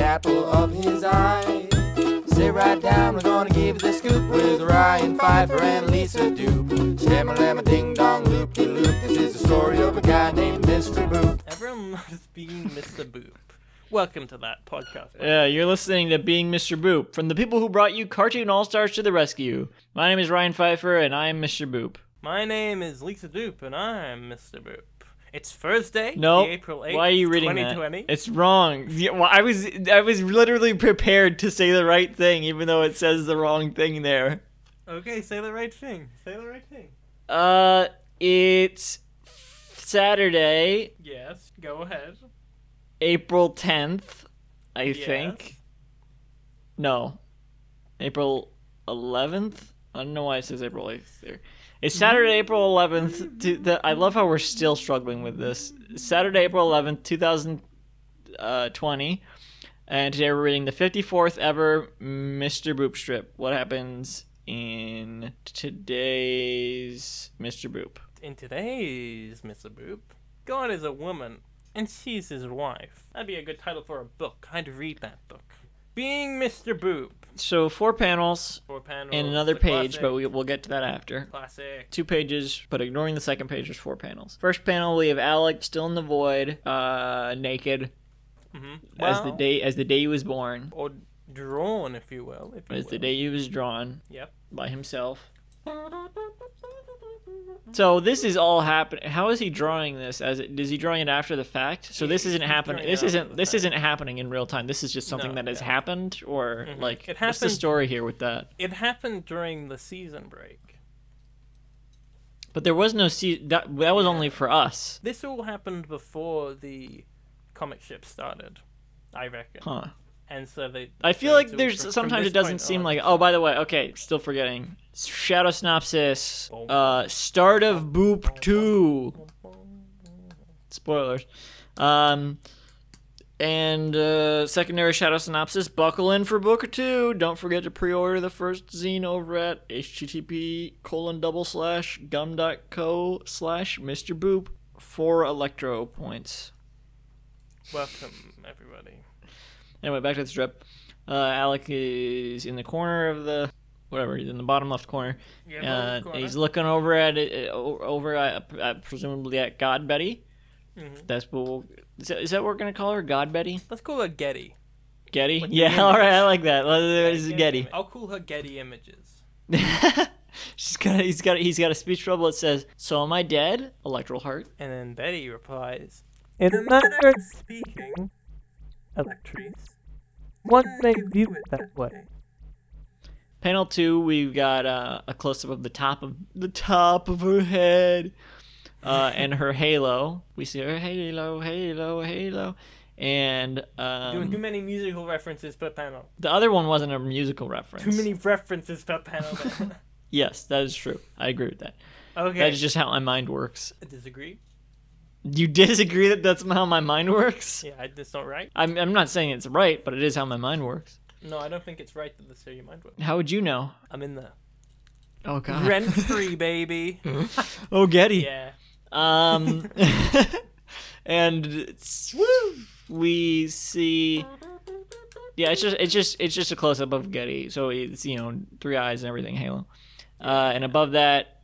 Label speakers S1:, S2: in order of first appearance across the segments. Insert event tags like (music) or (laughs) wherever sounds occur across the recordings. S1: of his eye. Sit right down, we're gonna give you the scoop with Ryan Pfeiffer and Lisa Dupe. Shamma lamma ding dong loop de loop. This is the story of a guy named Mr. Boop.
S2: Everyone (laughs) loves being Mr. Boop. Welcome to that podcast.
S3: Yeah, you're listening to Being Mr. Boop from the people who brought you Cartoon All Stars to the rescue. My name is Ryan Pfeiffer, and I'm Mr. Boop.
S2: My name is Lisa Doop, and I'm Mr. Boop. It's Thursday,
S3: No,
S2: April 8th,
S3: why are you reading
S2: 2020.
S3: that? It's wrong. Yeah, well, I was I was literally prepared to say the right thing, even though it says the wrong thing there.
S2: Okay, say the right thing. Say the right thing.
S3: Uh, it's Saturday,
S2: Yes, go ahead.
S3: April 10th, I
S2: Yes.
S3: think. No, April 11th. I don't know why it says April 8th there. It's Saturday, April 11th. To the, I love how we're still struggling with this. Saturday, April 11th, 2020. uh, And today we're reading the 54th ever Mr. Boop strip. What happens in today's Mr. Boop?
S2: In today's Mr. Boop, God is a woman, and she's his wife. That'd be a good title for a book. I'd read that book. Being Mr. Boop.
S3: So, four panels
S2: Four panels.
S3: and another
S2: the
S3: page, but
S2: Oh, classic-
S3: we, we'll get to that after.
S2: Classic.
S3: two pages, but ignoring the second page, there's four panels. First panel, we have Alec still in the void, uh, naked,
S2: hmm
S3: as the day as the day he was born,
S2: Or drawn, if you will. If you
S3: as the
S2: will.
S3: day he was drawn.
S2: Yep.
S3: By himself. So this is all happening. How is he drawing this? As it, is he drawing it after the fact? So this
S2: He's
S3: isn't happening.
S2: drawing it
S3: This
S2: after
S3: isn't.
S2: the
S3: This
S2: fact.
S3: isn't happening in real time. This is just something
S2: No,
S3: that has
S2: no.
S3: happened, or
S2: Mhm.
S3: like
S2: It
S3: what's the
S2: happened-
S3: story here with that?
S2: It happened during the season break.
S3: But there was no se- that. That was
S2: Yeah.
S3: only for us,
S2: This all happened before the comic ship started, I reckon.
S3: huh?
S2: And so they.
S3: I feel
S2: so
S3: like
S2: it's all
S3: there's
S2: from- from
S3: sometimes
S2: this
S3: it doesn't
S2: point
S3: seem
S2: on.
S3: like. Oh, by the way, okay, still forgetting. Shadow synopsis.
S2: Oh.
S3: Uh, start of Boop Two. Spoilers. Um, and uh, secondary shadow synopsis. Buckle in for book two. Don't forget to pre-order the first zine over at http colon double slash gum dot co slash Mr Boop for electro points.
S2: Welcome, everybody.
S3: Anyway, back to the strip. Uh, Alec is in the corner of the whatever. He's in the bottom left corner.
S2: Yeah,
S3: Uh,
S2: bottom corner.
S3: He's looking over at it, uh, o- over at, at presumably at God Betty.
S2: Mhm.
S3: That's what we'll, is, that, is that what we're gonna call her? God Betty?
S2: Let's call her Getty.
S3: Getty?
S2: With the
S3: Yeah. (laughs)
S2: image.
S3: All right. I like that. Well, There's Getty.
S2: Getty. I'll call her Getty Images.
S3: (laughs) She's got. He's got. He's got a speech trouble. It says, "So am I dead?" Electoral heart.
S2: And then Betty replies, In a manner of speaking, Electrice, one may view it that way.
S3: Panel two, we've got uh, a close up of the top of the top of her head, uh, and her halo. We see her halo, halo, halo, and
S2: Doing too
S3: um,
S2: many musical references per panel.
S3: the other one wasn't a musical reference.
S2: Too many references per panel.
S3: (laughs)
S2: there.
S3: Yes, that is true. I agree with that.
S2: okay.
S3: That is just how my mind works.
S2: I disagree.
S3: You disagree that that's how my mind works?
S2: Yeah, I- that's not right.
S3: I'm I'm not saying it's right, but it is how my mind works.
S2: No, I don't think it's right that this is your mind works.
S3: How would you know?
S2: I'm in there. (laughs)
S3: Oh God.
S2: Rent free, baby.
S3: (laughs) oh Getty.
S2: yeah.
S3: Um, and it's- we see. Yeah, it's just it's just it's just a close up of Getty. So it's you know three eyes and everything, Halo. Uh, and above that,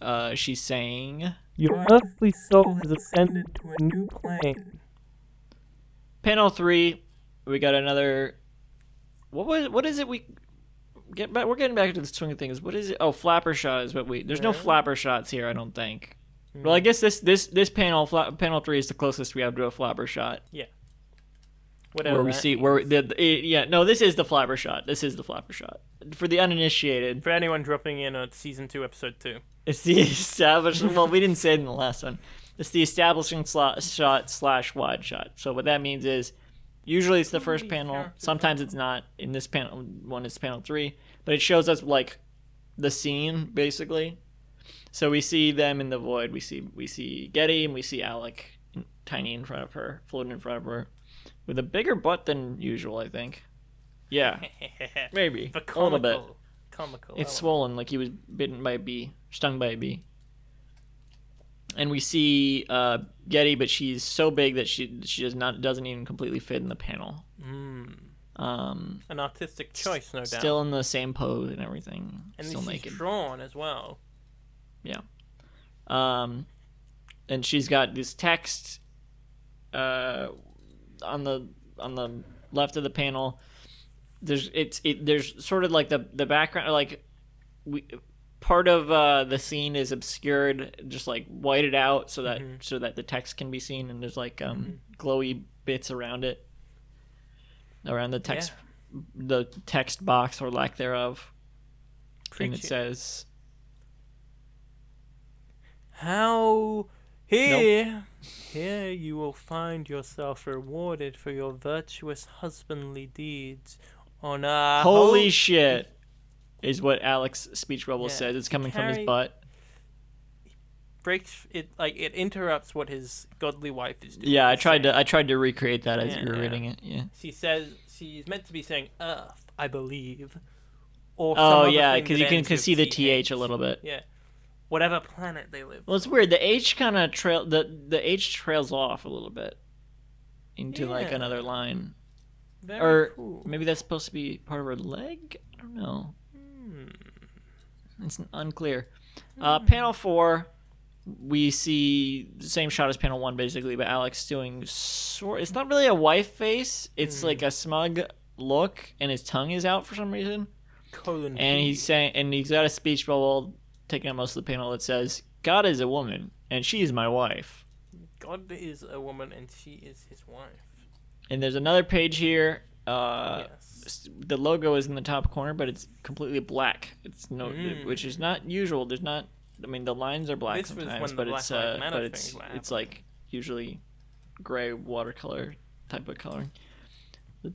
S3: uh, she's saying
S2: Your earthly soul has ascended to a new plane.
S3: panel three. We got another. What was what is it we get back? We're getting back to the swing of things. What is it? Oh, flapper shot is what we. There's no
S2: Yeah.
S3: flapper shots here. I don't think. Well, I guess this this this panel fla- panel three is the closest we have to a flapper shot.
S2: Whatever.
S3: where we
S2: that
S3: see
S2: means.
S3: where the, the it- yeah no this is the flapper shot this is the flapper shot for the uninitiated
S2: For anyone dropping in on season two, episode two. (laughs)
S3: it's the (laughs) establishing well we didn't say it in the last one it's the establishing slot, shot slash wide shot so what that means is usually it's the first panel sometimes it's not in this panel one it's panel three but it shows us like the scene basically so we see them in the void we see we see getty and we see alec tiny in front of her floating in front of her with a bigger butt than usual i think yeah Maybe.
S2: but
S3: a little
S2: comical.
S3: bit.
S2: Comical. Oh, element.
S3: It's swollen, like he was bitten by a bee, stung by a bee. And we see uh, Getty, but she's so big that she she does not doesn't even completely fit in the panel.
S2: Mm.
S3: Um,
S2: An artistic choice, no doubt.
S3: still in the same pose and everything.
S2: and
S3: still
S2: this
S3: naked.
S2: is drawn as well.
S3: Yeah. Um, and she's got this text uh, on the on the left of the panel. There's it's it, there's sort of like the the background like we part of uh, the scene is obscured, just like whited out so that so that the text can be seen, and there's like um, glowy bits around it, around the text the text box or lack thereof, and it
S2: Creature-
S3: says
S2: How here here you will find yourself rewarded for your virtuous husbandly deeds on a
S3: Holy
S2: whole-
S3: shit is what Alex speech bubble
S2: Yeah,
S3: says. It's coming from
S2: Carrie-
S3: his butt.
S2: breaks it like it interrupts what his godly wife is doing.
S3: Yeah, I tried to I tried to recreate that as
S2: Yeah,
S3: you were
S2: yeah.
S3: reading it. Yeah.
S2: She says she's meant to be saying earth, I believe. Or some
S3: Oh
S2: other
S3: yeah,
S2: thing
S3: because
S2: that
S3: you can,
S2: ends
S3: can
S2: with
S3: see the th a little bit.
S2: Yeah, whatever planet they live.
S3: Well, it's weird. The h kind of trail the the h trails off a little bit into like
S2: Yeah.
S3: another line,
S2: Very
S3: or
S2: cool.
S3: maybe that's supposed to be part of her leg. I don't know. It's unclear. Uh, panel four, we see the same shot as panel one, basically, but Alex doing sort. It's not really a wife face. It's like a smug look, and his tongue is out for some reason.
S2: colon.
S3: And
S2: B.
S3: he's saying, and he's got a speech bubble taking up most of the panel that says, "God is a woman, and she is my wife."
S2: God is a woman, and she is his wife.
S3: And there's another page here. Uh,
S2: yes.
S3: s- the logo is in the top corner, but it's completely black. It's no,
S2: Mm.
S3: which is not usual. There's not. I mean, the lines are black
S2: This was
S3: sometimes,
S2: when the
S3: but it's
S2: Black Lives
S3: uh,
S2: Matter
S3: but it's
S2: things were
S3: it's like usually gray watercolor type of coloring.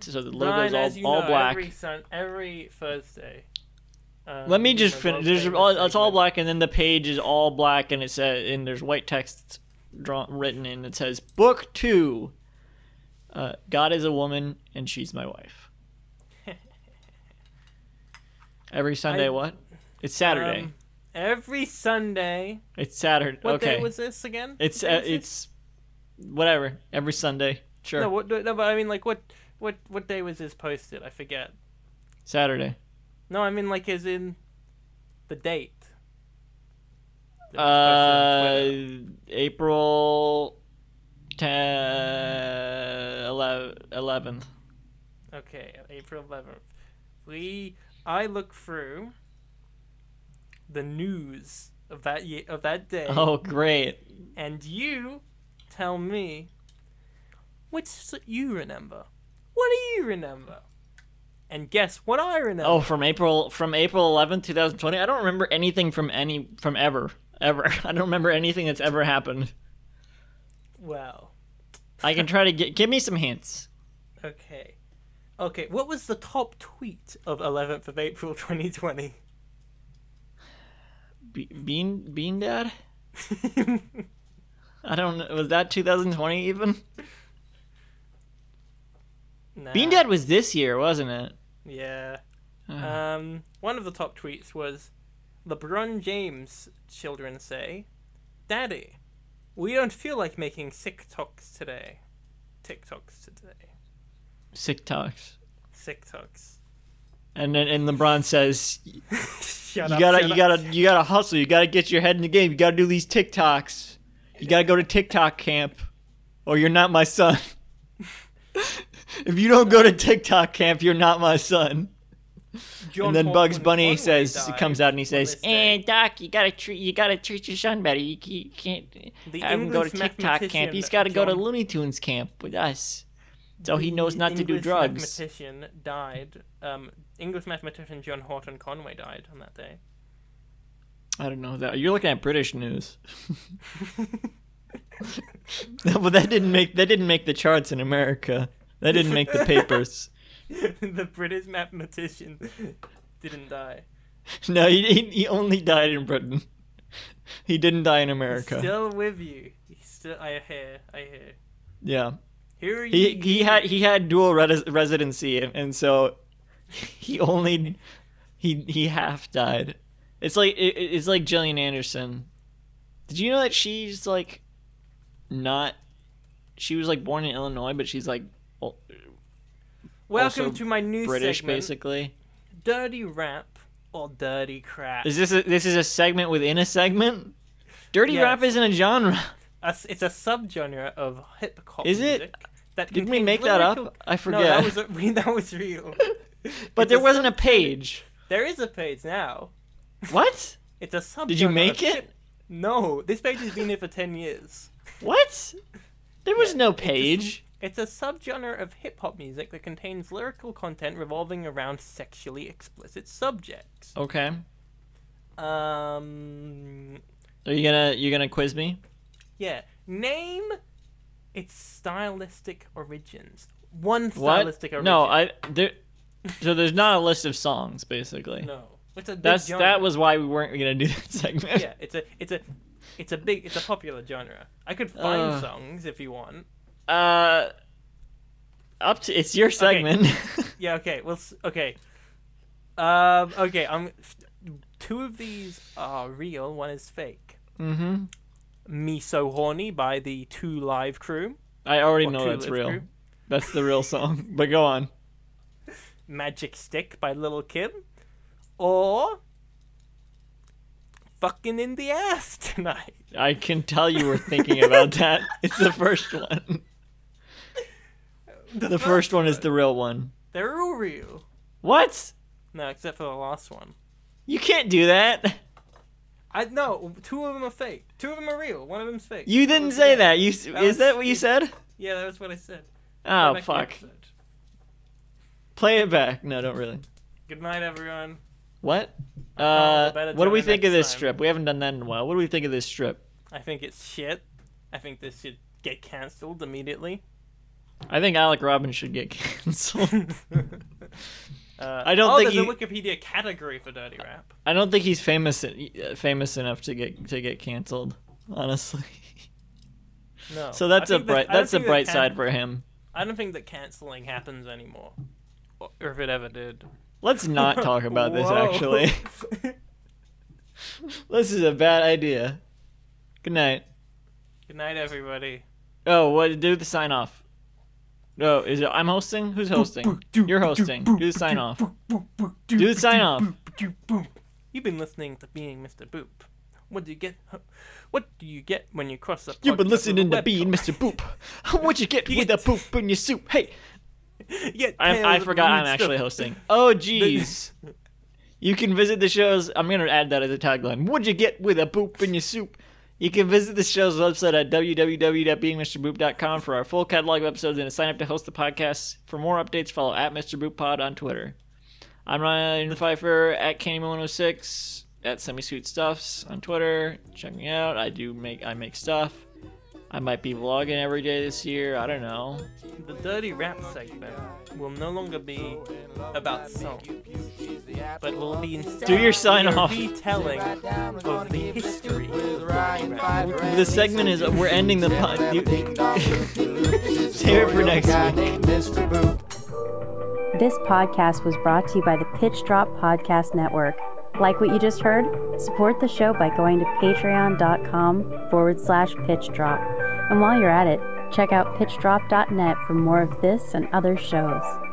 S3: So the
S2: Ryan,
S3: logo's
S2: as
S3: all,
S2: you
S3: all
S2: know,
S3: black.
S2: Every, sun, every Thursday. um,
S3: Let me
S2: we
S3: just
S2: have
S3: finish.
S2: our
S3: There's
S2: famous
S3: all, it's all
S2: segment.
S3: black, and then the page is all black, and it says, and there's white text drawn written in. It says, "Book two. Uh, God is a woman, and she's my
S2: (laughs)
S3: wife." Every Sunday,
S2: I-
S3: what? It's Saturday.
S2: Um, every Sunday.
S3: it's Saturday.
S2: What
S3: okay.
S2: day was this again?
S3: it's
S2: What day
S3: uh,
S2: was this?
S3: it's whatever. Every Sunday, sure.
S2: No, what, no, but I mean, like, what, what, what day was this posted? I forget.
S3: Saturday.
S2: No, I mean, like, as in the date. that was posted on
S3: Uh,
S2: Twitter.
S3: April 10, 11, 11th.
S2: Okay, April 11th. We, I look through the news of that year, of that day,
S3: Oh, great.
S2: and you tell me which s- you remember. What do you remember? And guess what I remember.
S3: Oh, from April from April 11th, 2020. I don't remember anything from any from ever ever. (laughs) I don't remember anything that's ever happened.
S2: Well,
S3: I can try to get give me some hints.
S2: okay. Okay, what was the top tweet of 11th of April (laughs)
S3: (laughs)
S2: 2020?
S3: Be- Bean Bean Dad? I don't know. Was that 2020 even?
S2: nah.
S3: Bean Dad was this year, wasn't it?
S2: Yeah.
S3: Uh,
S2: Um, one of the top tweets was LeBron James children say, Daddy, we don't feel like making sick talks today. TikToks today.
S3: Sick talks.
S2: Sick talks.
S3: And then and LeBron says, "You
S2: Shut up.
S3: gotta,
S2: shut
S3: you
S2: up.
S3: gotta, you gotta hustle. You gotta get your head in the game. You gotta do these TikToks. You gotta go to TikTok camp, or you're not my son. (laughs) if you don't go to TikTok camp, you're not my son."
S2: John
S3: and then
S2: Paul
S3: Bugs
S2: Quinn-
S3: Bunny
S2: Conway
S3: says
S2: died
S3: comes out and he
S2: on
S3: says,
S2: this day.
S3: "And Doc, you gotta treat you gotta treat your son better. You, you can't
S2: The
S3: have him go to
S2: English
S3: TikTok camp.
S2: mathematician
S3: He's got to go to
S2: John-
S3: Looney Tunes camp with us, so "Oh, he knows
S2: The
S3: not to do
S2: English
S3: drugs."
S2: Mathematician died. Um, English mathematician John Horton Conway died on that
S3: (laughs)
S2: day. (laughs)
S3: I don't know that. You're looking at British news. (laughs) No, but that didn't make that didn't make the charts in America. That didn't make the papers.
S2: the British mathematician didn't die.
S3: No, he he, he only died in Britain. (laughs) He didn't die in America.
S2: Still with you. He's Still, I hear. I hear.
S3: yeah.
S2: Here are
S3: he
S2: you.
S3: he had he had dual res- residency, and so (laughs) he only he he half died. It's like it, it- it's like Gillian Anderson. Did you know that she's like not? She was like born in Illinois, but she's like o-
S2: Welcome
S3: also
S2: to my new
S3: British,
S2: segment,
S3: basically.
S2: dirty rap or dirty crap.
S3: Is this a, this is a segment within a segment? Dirty
S2: Yes.
S3: rap isn't a genre.
S2: A s- it's a subgenre of hip hop.
S3: Is it?
S2: That
S3: Did we
S2: contains
S3: make that up?
S2: lyrical-
S3: I
S2: No, that
S3: forget. (laughs)
S2: was a, (laughs) that was real.
S3: but
S2: It's
S3: there
S2: a
S3: wasn't a page.
S2: There is a page now.
S3: What?
S2: It's a subgenre.
S3: Did you
S2: of
S3: make
S2: hip-
S3: it?
S2: No, this page has been here for ten years.
S3: What? There was no
S2: just-
S3: page.
S2: It's a subgenre of hip hop music that contains lyrical content revolving around sexually explicit subjects.
S3: Okay.
S2: Um,
S3: Are you gonna you gonna quiz me?
S2: yeah. Name its stylistic origins. One
S3: What?
S2: stylistic origin.
S3: No, I there. So there's not a list of songs, basically.
S2: No, it's a big
S3: That's
S2: genre.
S3: that was why we weren't gonna do that (laughs) segment.
S2: Yeah, it's a it's a it's a big it's a popular genre. I could find
S3: Ugh.
S2: songs if you want.
S3: Uh, up to it's your segment. (laughs)
S2: Yeah. Okay. Well. s- Okay. Um. Okay. I'm. Two of these are real. One is fake.
S3: mm-hmm.
S2: Me So Horny by the Two Live Crew.
S3: I already
S2: Or
S3: know
S2: Two
S3: that's
S2: Live
S3: real.
S2: Crew.
S3: That's the real song. But go on.
S2: Magic Stick by Little Kim. Or. Fucking in the ass (laughs) tonight.
S3: I can tell you were thinking about that. (laughs) It's the first one. The first one is the real one.
S2: They're all real.
S3: What?
S2: No, except for the last one.
S3: You can't do that.
S2: I no. Two of them are fake. Two of them are real. One of them's fake.
S3: You
S2: That
S3: didn't
S2: was-
S3: say
S2: yeah.
S3: that. You s is
S2: was-
S3: that what you said?
S2: Yeah, that was what I said. Go
S3: Oh
S2: back to the
S3: fuck.
S2: episode.
S3: Play it back. No, don't really.
S2: Good night, everyone.
S3: What?
S2: I'll
S3: Uh,
S2: better
S3: what do
S2: join
S3: we
S2: in
S3: think of
S2: next
S3: this
S2: time.
S3: strip? We haven't done that in a while. What do we think of this strip?
S2: I think it's shit. I think this should get cancelled
S3: (laughs)
S2: immediately.
S3: I think Alec Robbins should
S2: (laughs)
S3: get (laughs) canceled.
S2: Uh,
S3: I don't
S2: oh,
S3: think
S2: there's
S3: you-
S2: a Wikipedia category for dirty rap.
S3: I don't think he's famous uh, famous enough to get to get canceled. Honestly.
S2: No.
S3: So that's
S2: Oh, I
S3: a
S2: think that-
S3: bright
S2: I don't
S3: that's a
S2: think that
S3: bright
S2: can-
S3: side for him.
S2: I don't think that canceling happens anymore, or or if it ever did.
S3: Let's
S2: (laughs)
S3: not talk about this
S2: Whoa. (laughs)
S3: actually. this is a bad idea. Good night.
S2: Good night, everybody.
S3: Oh, what do the sign off? No, is it I'm hosting? Who's hosting? You're hosting. Do the sign off. Do the sign off.
S2: You've been listening to Being Mr. Boop. What do you get? What do you get when you cross the?
S3: You've
S2: podcast
S3: been
S2: with
S3: listening
S2: a
S3: to Bean,
S2: webcam? (laughs)
S3: Mr. Boop. (laughs) What'd you get
S2: You
S3: with
S2: get-
S3: a poop in your soup? Hey,
S2: You get
S3: I'm, I
S2: tales of
S3: forgot I'm
S2: weird (laughs)
S3: actually
S2: stuff.
S3: hosting. Oh, jeez. You can visit the shows. I'm going to add that as a tagline. What'd you get with a poop in your soup? You can visit the show's website at www.beingmrboop.com for our full catalog of episodes and to sign up to host the podcast. For more updates, follow at Mr. Boop Pod on Twitter. I'm Ryan Pfeiffer at Candyman106 at Semi Sweet Stuffs on Twitter. Check me out. I do make I make stuff. I might be vlogging every day this year. I don't know.
S2: The dirty rap segment will no longer be about song, but will be instead
S3: Do your sign
S2: a
S3: off.
S2: retelling of the history.
S1: The
S3: The segment is we're ending the (laughs) pod. you-
S1: Save
S3: it for next week.
S1: Mr. Boop.
S4: This podcast was brought to you by the Pitch Drop Podcast Network. Like what you just heard? Support the show by going to patreon.com forward slash pitch drop. And while you're at it, check out pitchdrop.net for more of this and other shows.